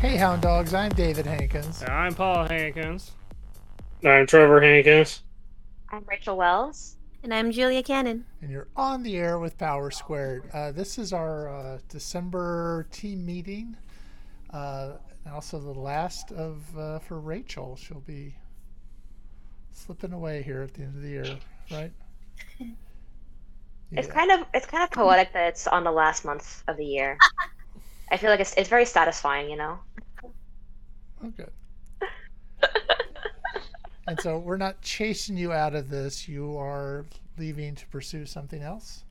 Greyhound Dogs. I'm David Hankins. I'm Paul Hankins. I'm Trevor Hankins. I'm Rachel Wells. And I'm Julia Cannon. and you're on the air with Power Squared. Uh, this is our uh, December team meeting, uh, and also the last of uh, for Rachel. She'll be slipping away here at the end of the year, right? It's kind of it's kind of poetic that it's on the last month of the year. I feel like it's it's very satisfying, you know. Oh, good. and so we're not chasing you out of this. You are leaving to pursue something else.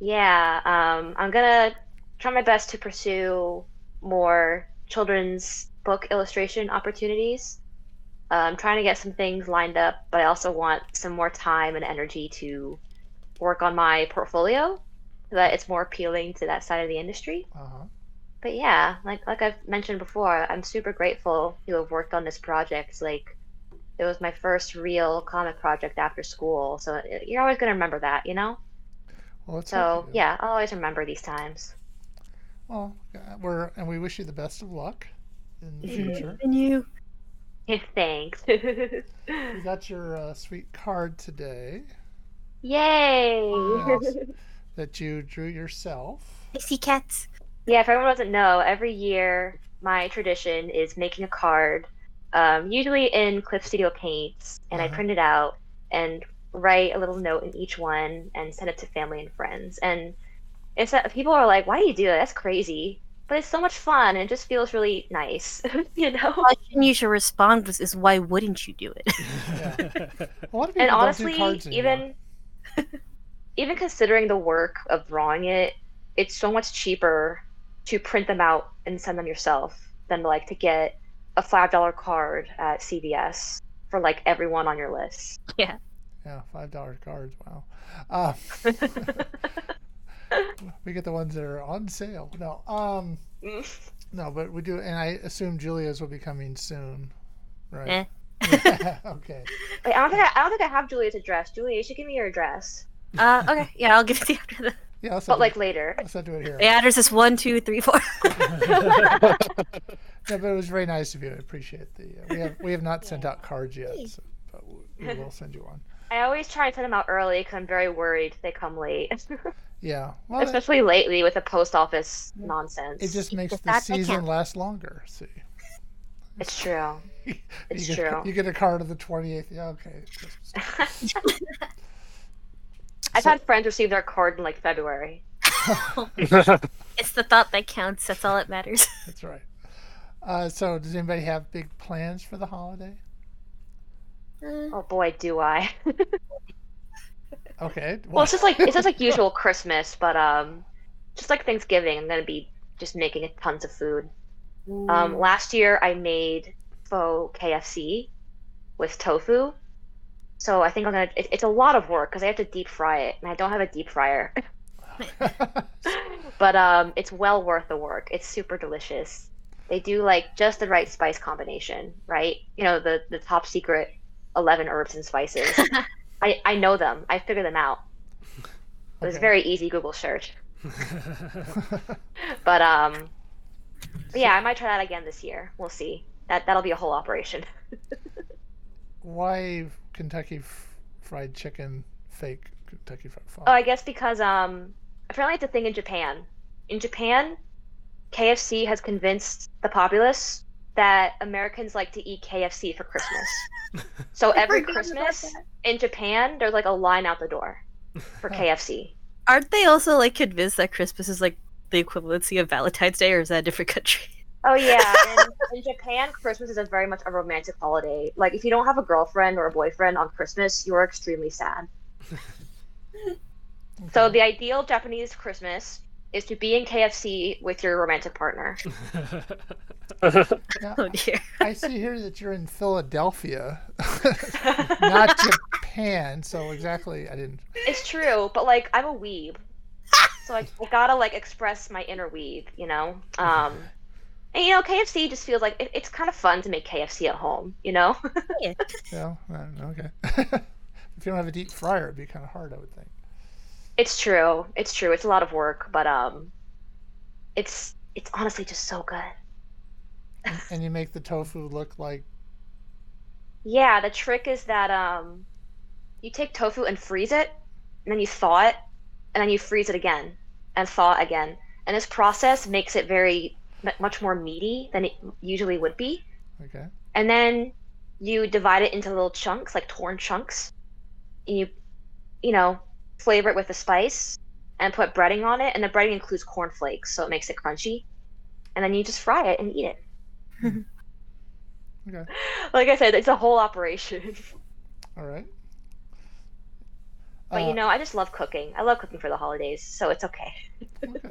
Yeah, um, I'm gonna try my best to pursue more children's book illustration opportunities. Uh, I'm trying to get some things lined up, but I also want some more time and energy to work on my portfolio so that it's more appealing to that side of the industry. Uh huh. but yeah, like like I've mentioned before, I'm super grateful to have worked on this project. Like, it was my first real comic project after school, so it- you're always gonna remember that, you know. Well, let's hope So you do. yeah, I'll always remember these times. Well, uh, we're and we wish you the best of luck in the future. And you. Thanks. We got your uh, sweet card today Yay! Yes. that you drew yourself. I see cats. Yeah, if everyone doesn't know, every year my tradition is making a card, um, usually in Clip Studio Paints, and I Uh-huh. print it out and write a little note in each one and send it to family and friends. And it's that people are like, "Why do you do that? That's crazy." But it's so much fun, and it just feels really nice, you know. Question you should respond with is why wouldn't you do it? Yeah. A lot of people don't And honestly, do cards anymore. even even considering the work of drawing it, it's so much cheaper to print them out and send them yourself than like to get a five dollar card at CVS for like everyone on your list. yeah, five dollar cards. Wow. Uh, we get the ones that are on sale. No, um, no, but we do, and I assume Julia's will be coming soon, right? Eh. okay. Wait, I don't think I, I don't think I have Julia's address. Julia, you should give me your address, Uh, okay, yeah, I'll give it to you after the. Yeah, let's but not, do- like later. let's not do it here. The address is one, two, three, four. Yeah, but it was very nice of you. I appreciate the. Uh, we have we have not sent out cards yet, so, but we, we will send you one. I always try and send them out early because I'm very worried they come late, Yeah. Well, that- especially lately with the post office nonsense. it just makes Just the add the season cap. last longer. See, it's true. It's you get, true. You get a card on the twenty eighth. Yeah, okay. Christmas time. I've So- had friends receive their card in like February. It's the thought that counts. That's all that matters. That's right. Uh, so, does anybody have big plans for the holiday? Uh, Oh boy, do I. Okay. well, it's just like it's just like usual Christmas, but um, just like Thanksgiving, I'm gonna be just making tons of food. Mm. Um, last year I made faux KFC with tofu, so I think I'm gonna. It, it's a lot of work because I have to deep fry it, and I don't have a deep fryer. but um, it's well worth the work. It's super delicious. They do like just the right spice combination, right? You know the the top secret eleven herbs and spices. I I know them. I figured them out. It was Okay. very easy Google search. But um, but yeah, I might try that again this year. We'll see. That that'll be a whole operation. Why Kentucky f- Fried Chicken fake Kentucky Fried? Oh, I guess because um, apparently it's a thing in Japan. In Japan, KFC has convinced the populace that Americans like to eat KFC for Christmas. so every forgot about Christmas in Japan, there's like a line out the door for KFC. Aren't they also like convinced that Christmas is like the equivalency of Valentine's Day, or is that a different country? Oh yeah, and in Japan, Christmas is a very much a romantic holiday. Like if you don't have a girlfriend or a boyfriend on Christmas, you're extremely sad. Mm-hmm. So the ideal Japanese Christmas is to be in KFC with your romantic partner. Oh dear. I see here that you're in Philadelphia, not Japan. So exactly, I didn't. It's true, but like I'm a weeb, so like I gotta like express my inner weeb, you know. Um, and you know, KFC just feels like it, it's kind of fun to make KFC at home, you know. Yeah, no, okay. if you don't have a deep fryer, it'd be kind of hard, I would think. It's true. It's true. It's a lot of work, but um, it's it's honestly just so good. And, and you make the tofu look like Yeah, the trick is that um, you take tofu and freeze it, and then you thaw it, and then you freeze it again and thaw it again. And this process makes it very mu- much more meaty than it usually would be. okay. And then you divide it into little chunks, like torn chunks. And you, you know, flavor it with the spice and put breading on it. And the breading includes cornflakes, so it makes it crunchy. And then you just fry it and eat it. Okay. Like I said, it's a whole operation. All right. But Uh, you know, I just love cooking. I love cooking for the holidays, so it's okay. Uh, okay.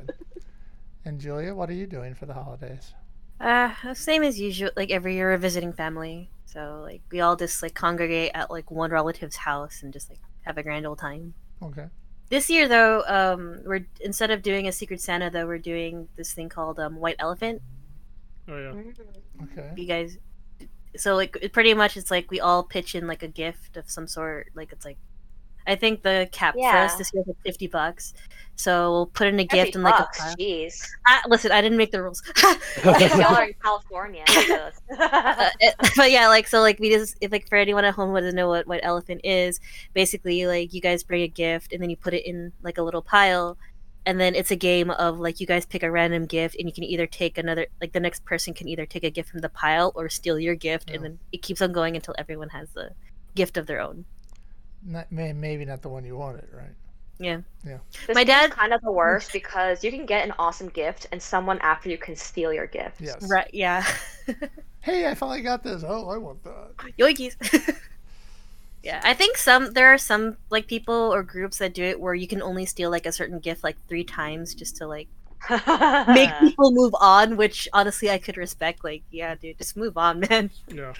And Julia, what are you doing for the holidays? Uh, same as usual. Like every year, we're visiting family, so like we all just like congregate at like one relative's house and just like have a grand old time. Okay. This year, though, um, we're instead of doing a Secret Santa, though, we're doing this thing called um, White Elephant. Oh yeah. Mm. Okay. You guys, so like it pretty much, it's like we all pitch in like a gift of some sort. Like it's like, I think the cap for us Yeah. this year is like fifty bucks. So we'll put in a gift Fifty and like bucks, a pile. jeez. Ah, listen, I didn't make the rules. Y'all are in California. so- Uh, it- but yeah, like so, like we just if like for anyone at home who doesn't know what what elephant is, basically like you guys bring a gift and then you put it in like a little pile, and then it's a game of like you guys pick a random gift and you can either take another like the next person can either take a gift from the pile or steal your gift Yeah. and then it keeps on going until everyone has the gift of their own. Not, may, maybe not the one you wanted, right? This My is dad- kind of the worst because you can get an awesome gift and someone after you can steal your gift. Yes. Right? Yeah. Hey, I finally got this. Oh, I want that. Yoikis. yeah, I think some there are some like people or groups that do it where you can only steal like a certain gift like three times just to like make people move on, which honestly I could respect. Like, yeah, dude, just move on, man. Yeah.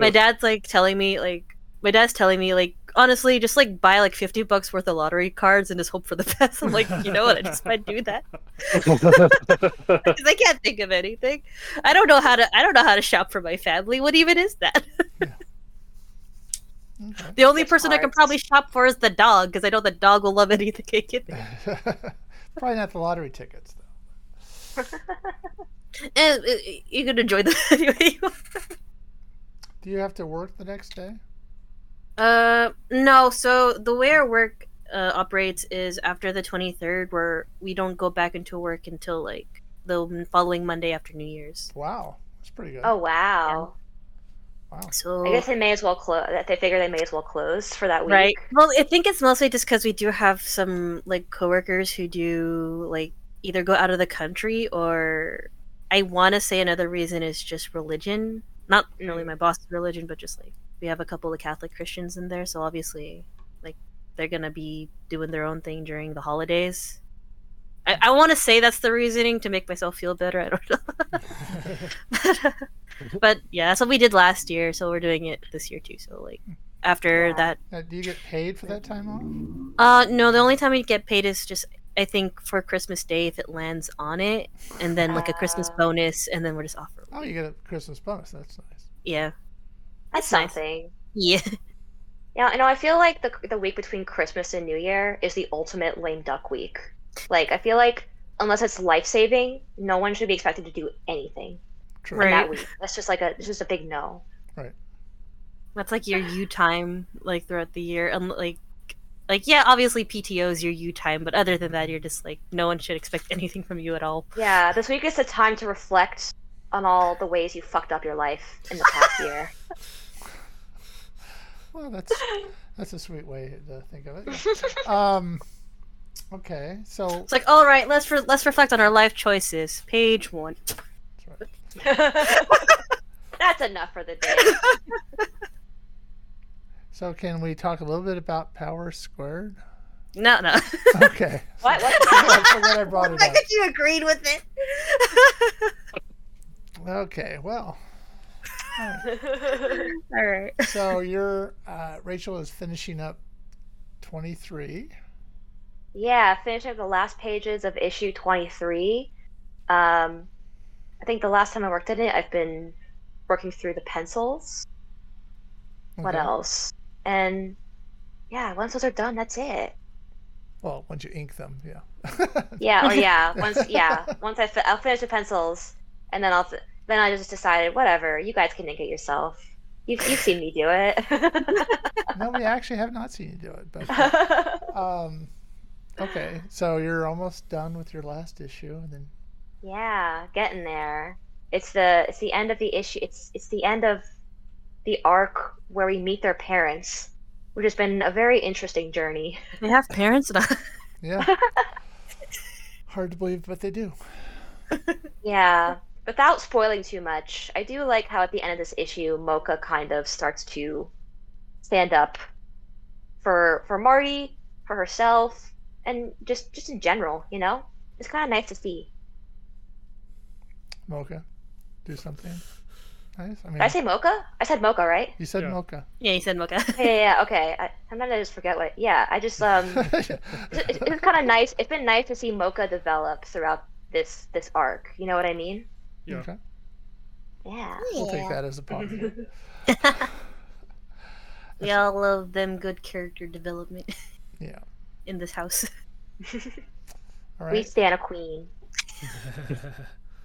My Yeah. dad's like telling me, like, my dad's telling me, like, honestly, just like buy like fifty bucks worth of lottery cards and just hope for the best. I'm like, you know what? I just might do that because I can't think of anything. I don't know how to. I don't know how to shop for my family. What even is that? Okay. The only Gift person I can cards. probably shop for is the dog because I know the dog will love anything I give it. Probably not the lottery tickets, though. And uh, you can enjoy the anyway. Do you have to work the next day? Uh, no. So the way our work uh, operates is after the 23rd, where we don't go back into work until like the following Monday after New Year's. Wow, that's pretty good. Oh wow! wow. So I guess they may as well close. They figure they may as well close for that week. right. Well, I think it's mostly just because we do have some like coworkers who do like either go out of the country or I want to say another reason is just religion. Not Mm. really my boss's religion, but just like we have a couple of Catholic Christians in there, so obviously like they're gonna be doing their own thing during the holidays. I, I want to say that's the reasoning to make myself feel better. I don't know, but yeah, that's what we did last year, so we're doing it this year too. So like after Wow. that Now, do you get paid for that time off? uh, no, the only time we get paid is just I think for Christmas Day if it lands on it, and then like a Christmas Ah. bonus, and then we're just off. for- Oh, you get a Christmas bonus. That's nice. Yeah, That's That's nice. something. yeah. Yeah, you know, I feel like the the week between Christmas and New Year is the ultimate lame duck week. Like, I feel like unless it's life saving, no one should be expected to do anything True. Right. in that week. That's just like a it's just a big no. That's like your U time like throughout the year, and like like yeah, obviously PTO is your U time, but other than that, you're just like no one should expect anything from you at all. Yeah, this week is the time to reflect on all the ways you fucked up your life in the past year. Well, that's that's a sweet way to think of it. um, okay, so It's like all right, let's re- let's reflect on our life choices. Page one. That's enough for the day. so can we talk a little bit about Power Squared? No, no. Okay. What? Oh What? I forgot I brought it up. you agreed with it. Okay, well, all right. so you're uh, Rachel is finishing up twenty three. Yeah, finishing up the last pages of issue 23. Um, I think the last time I worked at it, I've been working through the pencils. What else? And yeah, once those are done, that's it. Well, once you ink them, yeah. Yeah, or yeah, once yeah, once I fi- I'll finish the pencils, and then I'll f- then I just decided, whatever, you guys can think it yourself. You've, you've seen me do it. no, we actually have not seen you do it. But um, okay, so you're almost done with your last issue, and then yeah, getting there. It's the it's the end of the issue. It's it's the end of the arc where we meet their parents, which has been a very interesting journey. They have parents now. yeah, hard to believe, but they do. Yeah. Without spoiling too much, I do like how at the end of this issue, Mocha kind of starts to stand up for for Marty, for herself, and just just in general. You know, it's kind of nice to see. Mocha, do something. Nice. I mean, Did I say Mocha? I said Mocha, right? you said Yeah. Mocha. yeah, you said Mocha. Yeah, yeah, yeah, okay. I, sometimes I just forget what. Yeah, I just um, it's, it's, it's kind of nice. It's been nice to see Mocha develop throughout this this arc. You know what I mean? Yeah. Okay, Yeah. we'll take that as a positive. we all love them good character development Yeah. in this house. All We right. stand a queen.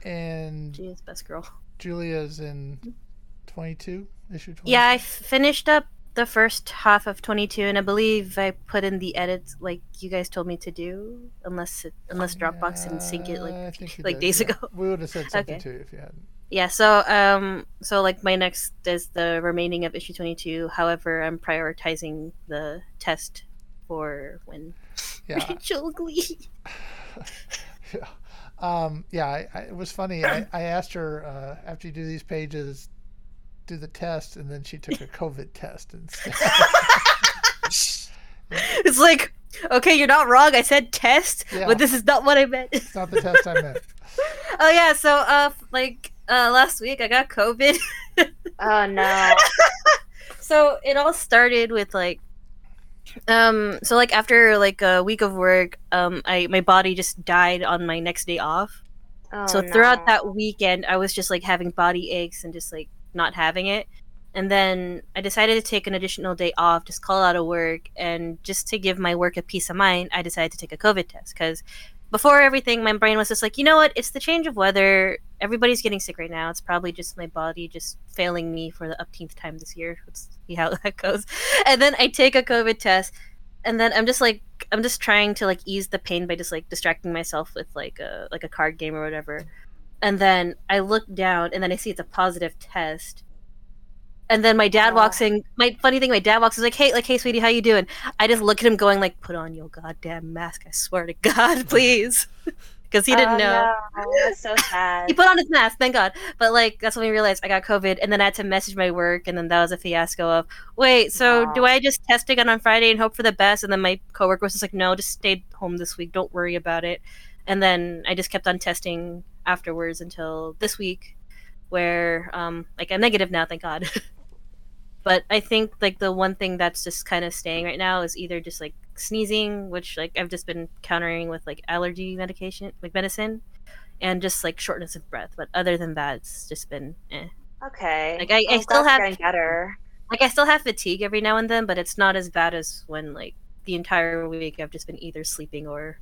And She is best girl. Julia's in 22, issue 22. Yeah, I f- finished up the first half of 22, and I believe I put in the edits like you guys told me to do, unless it, unless Dropbox didn't sync it. I Like, think you like did, days yeah. ago. We would have said something Okay. to you if you hadn't. yeah. So um, so like my next is the remaining of issue 22. However, I'm prioritizing the test for when Yeah. Rachel Glee. yeah. Um, yeah, I, I, it was funny. I, I asked her uh, after you do these pages, do the test, and then she took a COVID test instead. It's like, okay, you're not wrong. I said test, Yeah. but this is not what I meant. it's not the test I meant. oh yeah, so uh, f- like uh, last week I got COVID. Oh no. so it all started with like um so like after like a week of work um i my body just died on my next day off Oh, so no. throughout that weekend i was just like having body aches and just like not having it and then i decided to take an additional day off just call out of work and just to give my work a peace of mind i decided to take a covid test because before everything my brain was just like you know what it's the change of weather everybody's getting sick right now it's probably just my body just failing me for the upteenth time this year let's see how that goes and then i take a covid test and then i'm just like i'm just trying to like ease the pain by just like distracting myself with like a like a card game or whatever and then i look down and then i see it's a positive test and then my dad Aw. walks in my funny thing my dad walks in like hey like hey sweetie how you doing i just look at him going like put on your goddamn mask i swear to god please because he didn't Oh, know no. That's so sad. he put on his mask, thank God. But like that's when we realized I got COVID, and then I had to message my work, and then that was a fiasco of wait. So do Wow. I just test again on Friday and hope for the best? And then my coworker was just like, no, just stay home this week. Don't worry about it. And then I just kept on testing afterwards until this week, where um like I'm negative now, thank God. but I think like the one thing that's just kind of staying right now is either just like sneezing, which like I've just been countering with like allergy medication, like medicine and just like shortness of breath. But other than that, it's just been eh. Okay. Like, I- I I'm still glad you're have- Getting better. like I still have fatigue every now and then, but it's not as bad as when like the entire week I've just been either sleeping or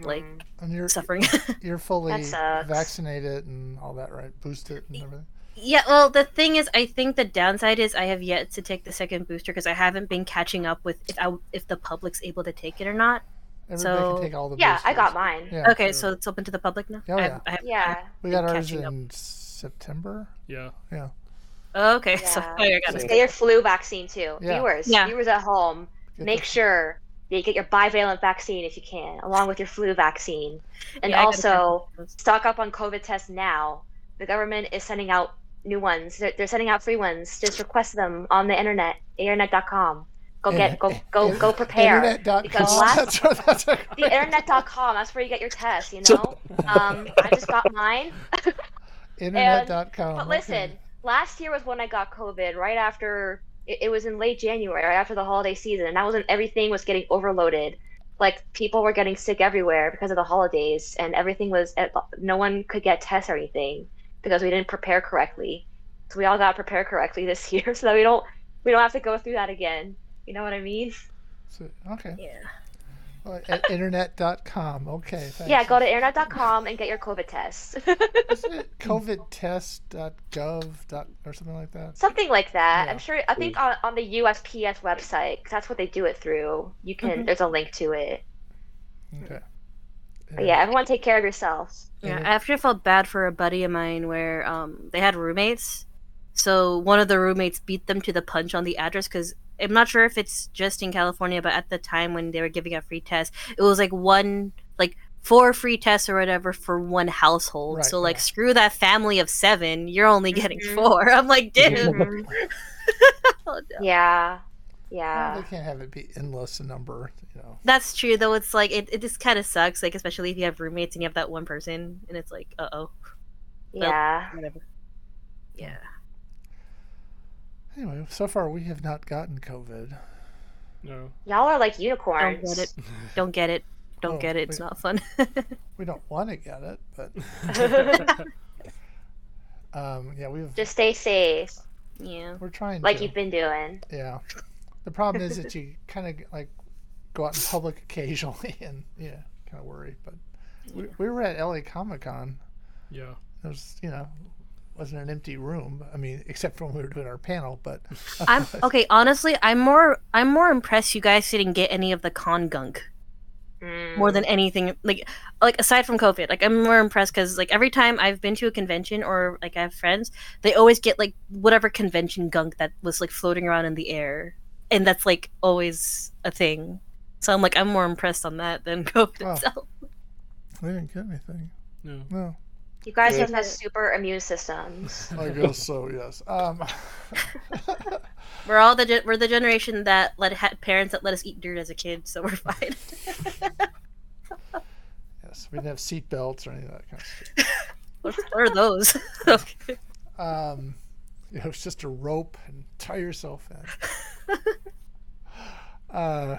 Like- Mhm. And you're, suffering. you're fully sucks. vaccinated and all that, right? Boosted and everything. yeah, well, the thing is, I think the downside is I have yet to take the second booster because I haven't been catching up with if I if the public's able to take it or not. Everybody So- can take all the yeah, I boosters. got mine. Yeah. okay, so it's open to the public now. Oh, I- yeah. I have- Yeah. We got ours catching up. in September. yeah. Yeah. Oh, okay, Yeah. so oh, I got Just it. get your flu vaccine too. Yeah. Viewers, Yeah. viewers at home, Get make the- sure that you get your bivalent vaccine if you can, along with your flu vaccine. And Yeah, I gotta also, catch up. stock up on COVID tests now. The government is sending out new ones. They're, they're sending out free ones. Just request them on the internet, internet.com. Go get, go, go, go prepare. Internet.com. Because last- that's what, that's what, The internet.com, that's where you get your tests, you know? Um, I just got mine. Internet.com. But listen, last year was when I got COVID. Right after it, it was in late January, right after the holiday season, and that was when everything was getting overloaded. Like people were getting sick everywhere because of the holidays, and everything was at, no one could get tests or anything because we didn't prepare correctly. So we all got prepared correctly this year, so that we don't we don't have to go through that again. You know what I mean? So, okay. Yeah. At internet.com. Okay. Thanks. Yeah, go to internet.com and get your COVID test. Isn't it covidtest.gov dot- or something like that? Something like that. Yeah. I'm sure. I think on, on the USPS website, 'cause that's what they do it through. You can. There's a link to it. Okay. But yeah, everyone take care of yourselves. Yeah, Mhm. I actually felt bad for a buddy of mine where um, they had roommates. So one of the roommates beat them to the punch on the address because I'm not sure if it's just in California, but at the time when they were giving out free tests, it was like one, like four free tests or whatever for one household. Right, so like, yeah. Mm-hmm. screw that family of seven. You're only getting Mhm. four. I'm like, dude. Oh, no. Yeah, Well, yeah, they can't have it be endless number, you know. That's true though. It's like it, it just kind of sucks. Like especially if you have roommates and you have that one person, and it's like, uh oh, yeah. whatever. Yeah. Anyway, so far we have not gotten COVID. No. Y'all are like Don't unicorns. get it. Don't get it. Don't Oh, get it. It's wait. not fun. We don't want to get it, but um, yeah, we've Just stay safe, yeah. we're trying like to. you've been doing. Yeah. The problem is that you kind of like go out in public occasionally and yeah, kind of worry. But we, we were at LA Comic Con. Yeah. There's you know wasn't an empty room. I mean, except for when we were doing our panel. But I'm okay. Honestly, I'm more I'm more impressed you guys didn't get any of the con gunk Mm. more than anything. Like like aside from COVID, like I'm more impressed because like every time I've been to a convention or like I have friends, they always get like whatever convention gunk that was like floating around in the air, and that's like always a thing. So I'm like I'm more impressed on that than COVID Wow. itself. we didn't get anything. No. No. You guys have had super immune systems. I guess so. Yes. Um. We're all the ge- we're the generation that let had parents that let us eat dirt as a kid, so we're fine. yes. We didn't have seat belts or any of that kind of stuff. what are those? Okay. um, you know, it's just a rope and tie yourself in. uh,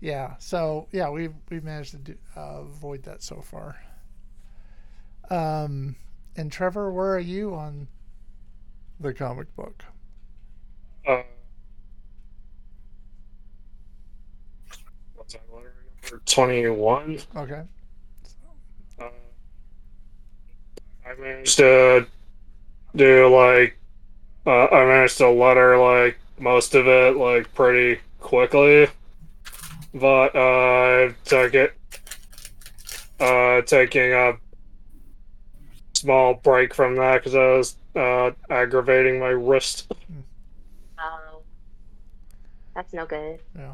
yeah. So yeah, we we managed to do, uh, avoid that so far. Um, and Trevor, where are you on the comic book? Uh, what's that letter number? 21. Okay. Uh, I managed to do like, uh, I managed to letter like most of it like pretty quickly, but uh, I took it, uh, taking a small break from that because I was uh, aggravating my wrist. Oh, that's no good. Yeah.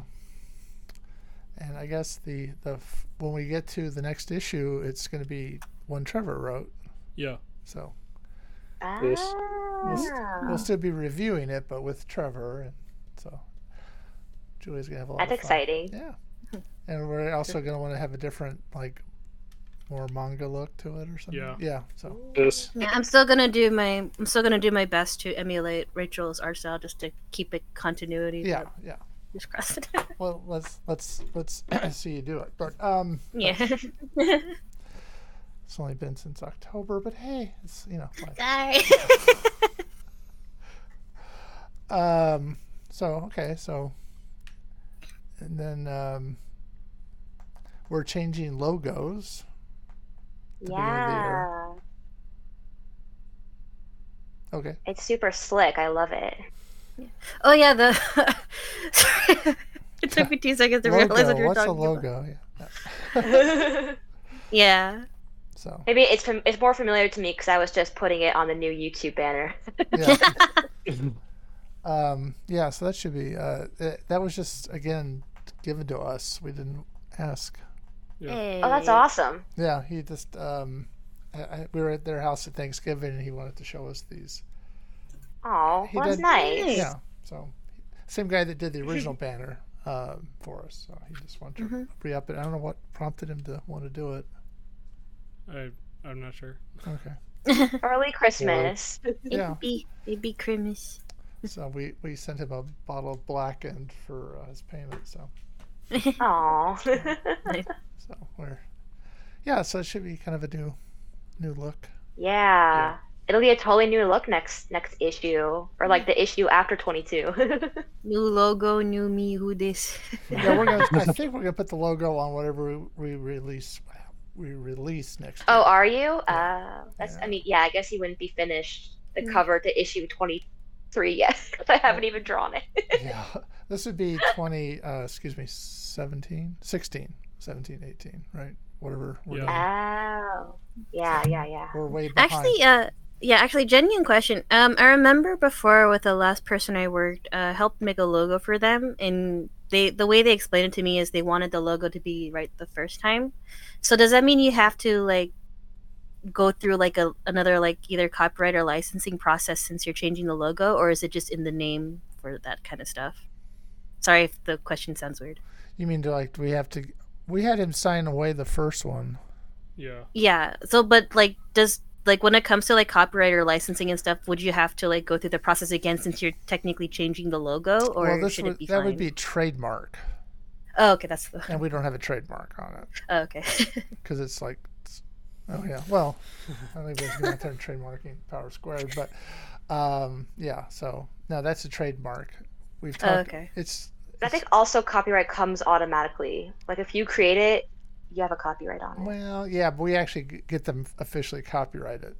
And I guess the the f- when we get to the next issue, it's going to be one Trevor wrote. Yeah. So Ah. Yes. we'll still be reviewing it, but with Trevor, and so Julie's gonna have a lot. That's of fun. exciting. Yeah, and we're also gonna want to have a different, like, more manga look to it or something. Yeah. yeah. So This Yeah, I'm still gonna do my I'm still gonna do my best to emulate Rachel's art style just to keep it continuity. yeah, yeah. Just cross it. Well, let's let's let's see you do it. But um, yeah. it's only been since October, but hey, it's you know. fine. Sorry. Um, so okay, so and then um, we're changing logos. beginning of the Yeah. year. Okay. It's super slick. I love it. oh yeah, the Sorry. It took me two seconds to realize what Logo. you were What's a talking about. logo? Yeah. Maybe Yeah. So it's fam- it's more familiar to me because I was just putting it on the new YouTube banner. yeah. Um, yeah, so that should be. Uh, th- that was just again given to us. We didn't ask. Yeah. Oh, that's awesome. Yeah, he just. Um, I, I, we were at their house at Thanksgiving, and he wanted to show us these. Oh, He well, that's did- nice. Yeah, so same guy that did the original banner um, for us. So he just wanted to re up it. I don't know what prompted him to want to do it. I I'm not sure. Okay. Early Christmas. Yeah. Baby, baby Christmas. So we, we sent him a bottle of blackened for uh, his payment. So Oh. so we're yeah. So it should be kind of a new new look. yeah. It it'll be a totally new look next next issue or like the issue after 22 New logo, new me, who this? Yeah, we're gonna. I think we're gonna put the logo on whatever we, we release. We release next. oh week. are you uh that's i Yeah. mean yeah i guess you wouldn't be finished the Mm. cover to issue 23 yet 'cause i haven't even drawn it yeah. This would be 20, uh, excuse me, 17, 16, 17, 18, right? Whatever. We're, doing. Yeah. oh yeah yeah yeah we're way behind. Actually, uh, yeah, actually, genuine question. Um, I remember before with the last person I worked, uh, helped make a logo for them, and they the way they explained it to me is they wanted the logo to be right the first time. So does that mean you have to like go through like a another like either copyright or licensing process since you're changing the logo, or is it just in the name for that kind of stuff? Sorry if the question sounds weird. you mean do, like do we have to? We had him sign away the first one. Yeah. Yeah. So, but like, does like when it comes to like copyright or licensing and stuff, would you have to like go through the process again since you're technically changing the logo, or well, this should would it be that fine? would be trademark, Oh, okay, that's the. and we don't have a trademark on it Oh, okay. because it's like, it's- oh yeah. Well, I don't think there's going to trademarking Power Square, but um, yeah. So no, that's a trademark. We've oh, talked. okay. It's i think also copyright comes automatically like if you create it you have a copyright on it well, yeah, but we actually g- get them officially copyrighted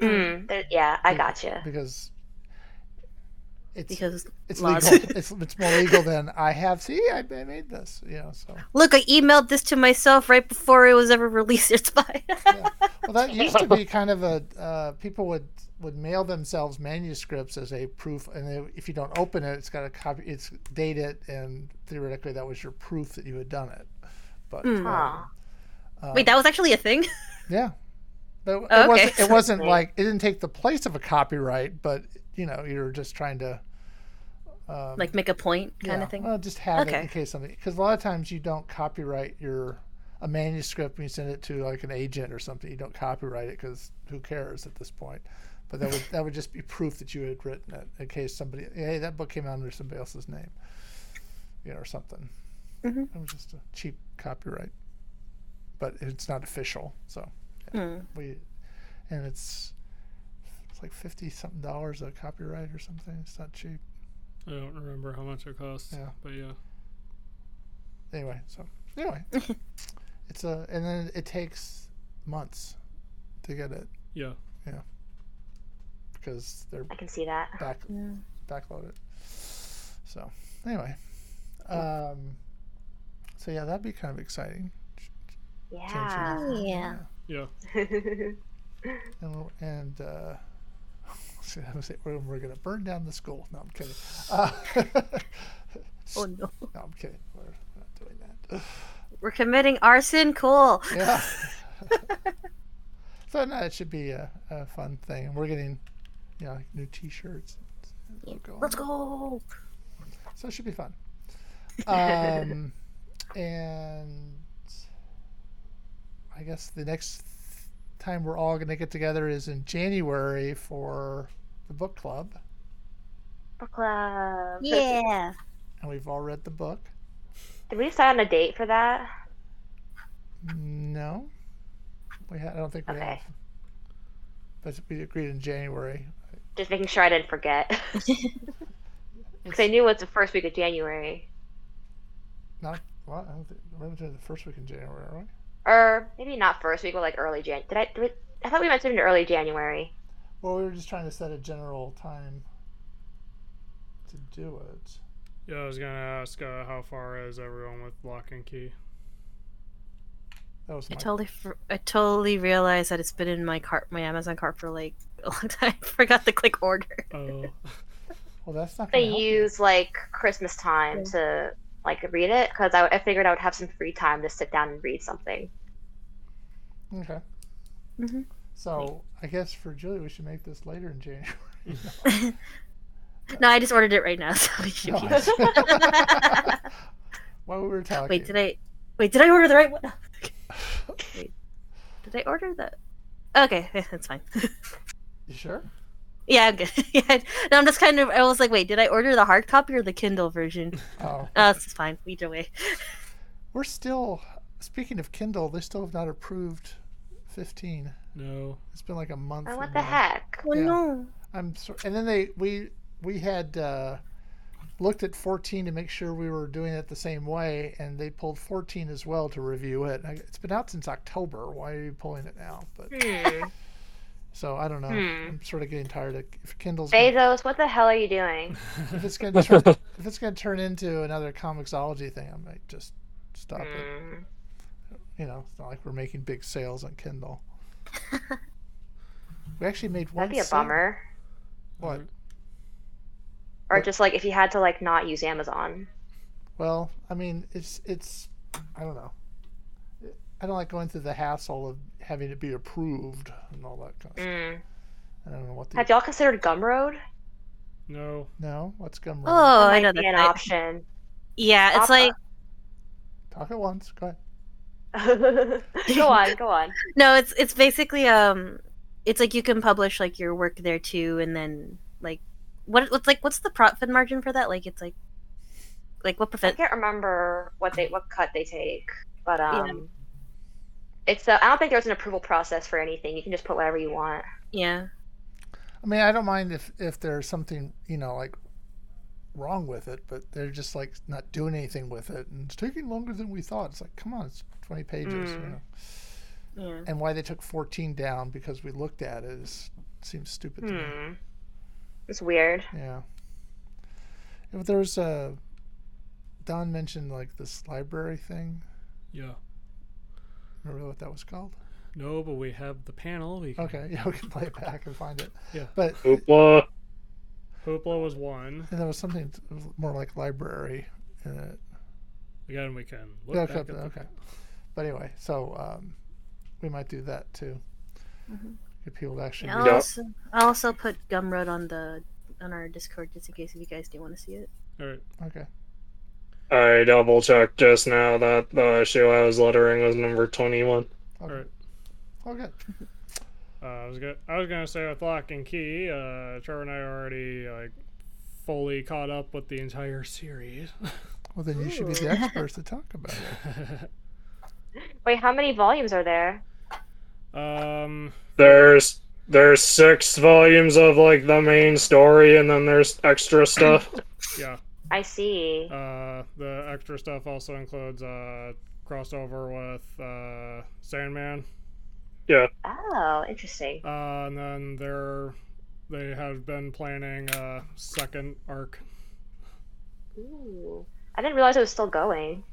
Hmm. mm, there- yeah i gotcha because it's Because it's legal. laws. it's, it's more legal than I have. See, I, I made this. You know, so look, I emailed this to myself right before it was ever released. It's fine. well, that used to be kind of a uh, people would would mail themselves manuscripts as a proof, and they, if you don't open it, it's got a copy. It's dated, and theoretically, that was your proof that you had done it. But um, Hmm. Huh. uh, Wait, that was actually a thing. Yeah. But it, Okay. wasn't, it wasn't Right. like it didn't take the place of a copyright, but you know you're just trying to um, like make a point kind yeah, Oh. of thing. Well, just have it Okay. in case something because a lot of times you don't copyright your a manuscript when you send it to like an agent or something. You don't copyright it because who cares at this point. But that would that would just be proof that you had written it in case somebody hey that book came out under somebody else's name, you know, or something. Mhm. It was just a cheap copyright, but it's not official. So Hmm. we and it's it's like fifty something dollars a copyright or something. It's not cheap. I don't remember how much it costs. Yeah. But yeah. anyway so anyway it's a and then it takes months to get it Yeah. because they're i can see that back Yeah. backloaded so anyway um so yeah that'd be kind of exciting yeah Ah, Yeah. Yeah. and we'll- and uh see, I was gonna say, we're we're gonna burn down the school no i'm kidding uh, Oh no, no i'm kidding we're not doing that we're committing arson. Cool. Yeah. so no, it should be a, a fun thing. And we're getting, you know, like new T-shirts. and logo on Let's it. go. So it should be fun. Um, and I guess the next time we're all going to get together is in January for the book club, book club Yeah. and we've all read the book. did we decide on a date for that No, we ha- I don't think we Okay. have. But we agreed in January. just making sure i didn't forget because i knew it was the first week of january Not well, I don't think, we're doing the first week in January, are we? or maybe not first week but like early jan did i did we, i thought we mentioned it early january Well, we were just trying to set a general time to do it. Yeah. I was gonna ask uh, how far is everyone with lock and key? That was I my totally, fr- I totally realized that it's been in my cart, my Amazon cart for like a long time. I forgot to click order. Oh. well. That's not. they gonna help you. use like christmas time Yeah. to like read it because I, I figured i would have some free time to sit down and read something Okay. Mhm. So I guess for Julie, we should make this later in January. No, I just ordered it right now, so it should No, be. I- While we were talking, Wait, did I? Wait, did I order the right one? wait, did I order the? Okay, yeah, that's fine. you sure? Yeah, I'm good. yeah, I- no, I'm just kind of. I was like, wait, did I order the hard copy or the Kindle version? Oh, Oh, it's fine. Either way. we're still. Speaking of Kindle, they still have not approved 15. No. It's been like a month. oh and what the now- heck Oh yeah. no. I'm sor- and then they we we had uh, looked at 14 to make sure we were doing it the same way, and they pulled 14 as well to review it. I, it's been out since October. Why are you pulling it now? But Hmm. so I don't know. Hmm. I'm sort of getting tired. Of, if Kindle's gonna, Bezos, what the hell are you doing? if it's going to turn if it's going to turn into another comicsology thing, I might just stop it. Hmm. You know, it's not like we're making big sales on Kindle. we actually made one. That'd be a sale. bummer. What? Or What? just like if you had to like not use Amazon. Well, I mean, it's it's I don't know. I don't like going through the hassle of having it be approved and all that kind of stuff. Mm. I don't know what the Have y'all considered Gumroad? No. no. What's Gumroad? Oh, That I know might that. be an site. option. Yeah, it's Opera. like Talk at once. Go ahead. go on, go on. no, it's it's basically um, it's like you can publish like your work there too, and then like what what's like what's the profit margin for that? Like it's like like I what percent? can't remember what they what cut they take, but Yeah. um, it's the, I don't think there's an approval process for anything. You can just put whatever you want. Yeah, I mean, I don't mind if if there's something you know like wrong with it, but they're just like not doing anything with it, and it's taking longer than we thought. It's like, come on, it's 20 pages. You Mm. know? yeah. And why they took 14 down because we looked at it is seems stupid to me. Hmm. It's weird. Yeah. If there's a uh, Don mentioned like this library thing. Yeah. Remember what that was called? No, but we have the panel. We can... Okay, yeah, we can play it back and find it. Yeah. But Hoopla. Hoopla was one. and there was something t- more like library in it. Again, we can look Yeah, back okay, at the okay. But anyway, so um, we might do that too. Get people to actually. I'll read it. Yeah. also I also put Gumroad on the on our Discord just in case if you guys do want to see it. All right. Okay. I double checked just now that the issue I was lettering was number 21. Okay. All right. Okay. Uh, I was gonna, I was gonna say with Lock and Key, uh, Trevor and I are already like fully caught up with the entire series. Well, then you should be the experts to talk about it. Wait, how many volumes are there? um, There's there's six volumes of like the main story, and then there's extra stuff. yeah. I see. Uh, the extra stuff also includes uh crossover with uh Sandman. Oh, interesting. Uh, and then they're they have been planning a second arc. Ooh. I didn't realize it was still going.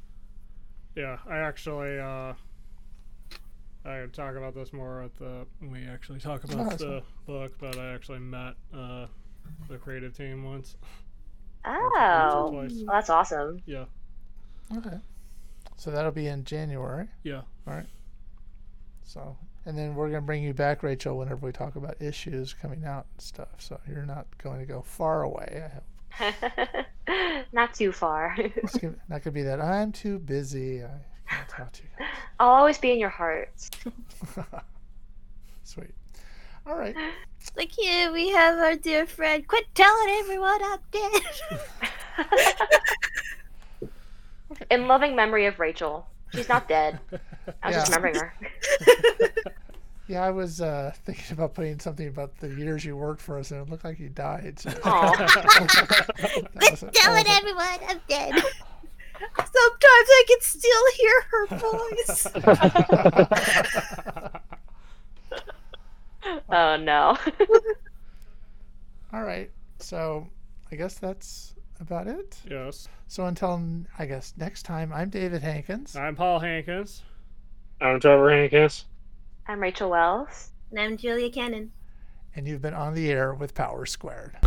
Yeah, I actually uh, I could talk about this more at the when we actually talk Oh, about that's the book, but I actually met uh, the creative team once. Oh, well, Twice. that's awesome. Yeah, Okay. So that'll be in January. yeah, So, and then we're gonna bring you back, Rachel, whenever we talk about issues coming out and stuff. So you're not going to go far away. I hope. Not too far. It's gonna, not gonna be that I'm too busy. I can't talk to you. I'll always be in your hearts. Sweet. All right. It's like yeah, we have our dear friend. Quit telling everyone I'm dead. In loving memory of Rachel. She's not dead. I was just Yeah. remembering her. Yeah, I was uh, thinking about putting something about the years you worked for us, and it looked like you died. So Aw. that Quit wasn't- that telling wasn't- everyone I'm dead. Sometimes I can still hear her voice. Oh no. All right. So I guess that's about it. yes. So until n- I guess next time, I'm David Hankins. I'm Paul Hankins. I'm Trevor Hankins. I'm Rachel Wells. and I'm Julia Cannon. and you've been on the air with Power Squared.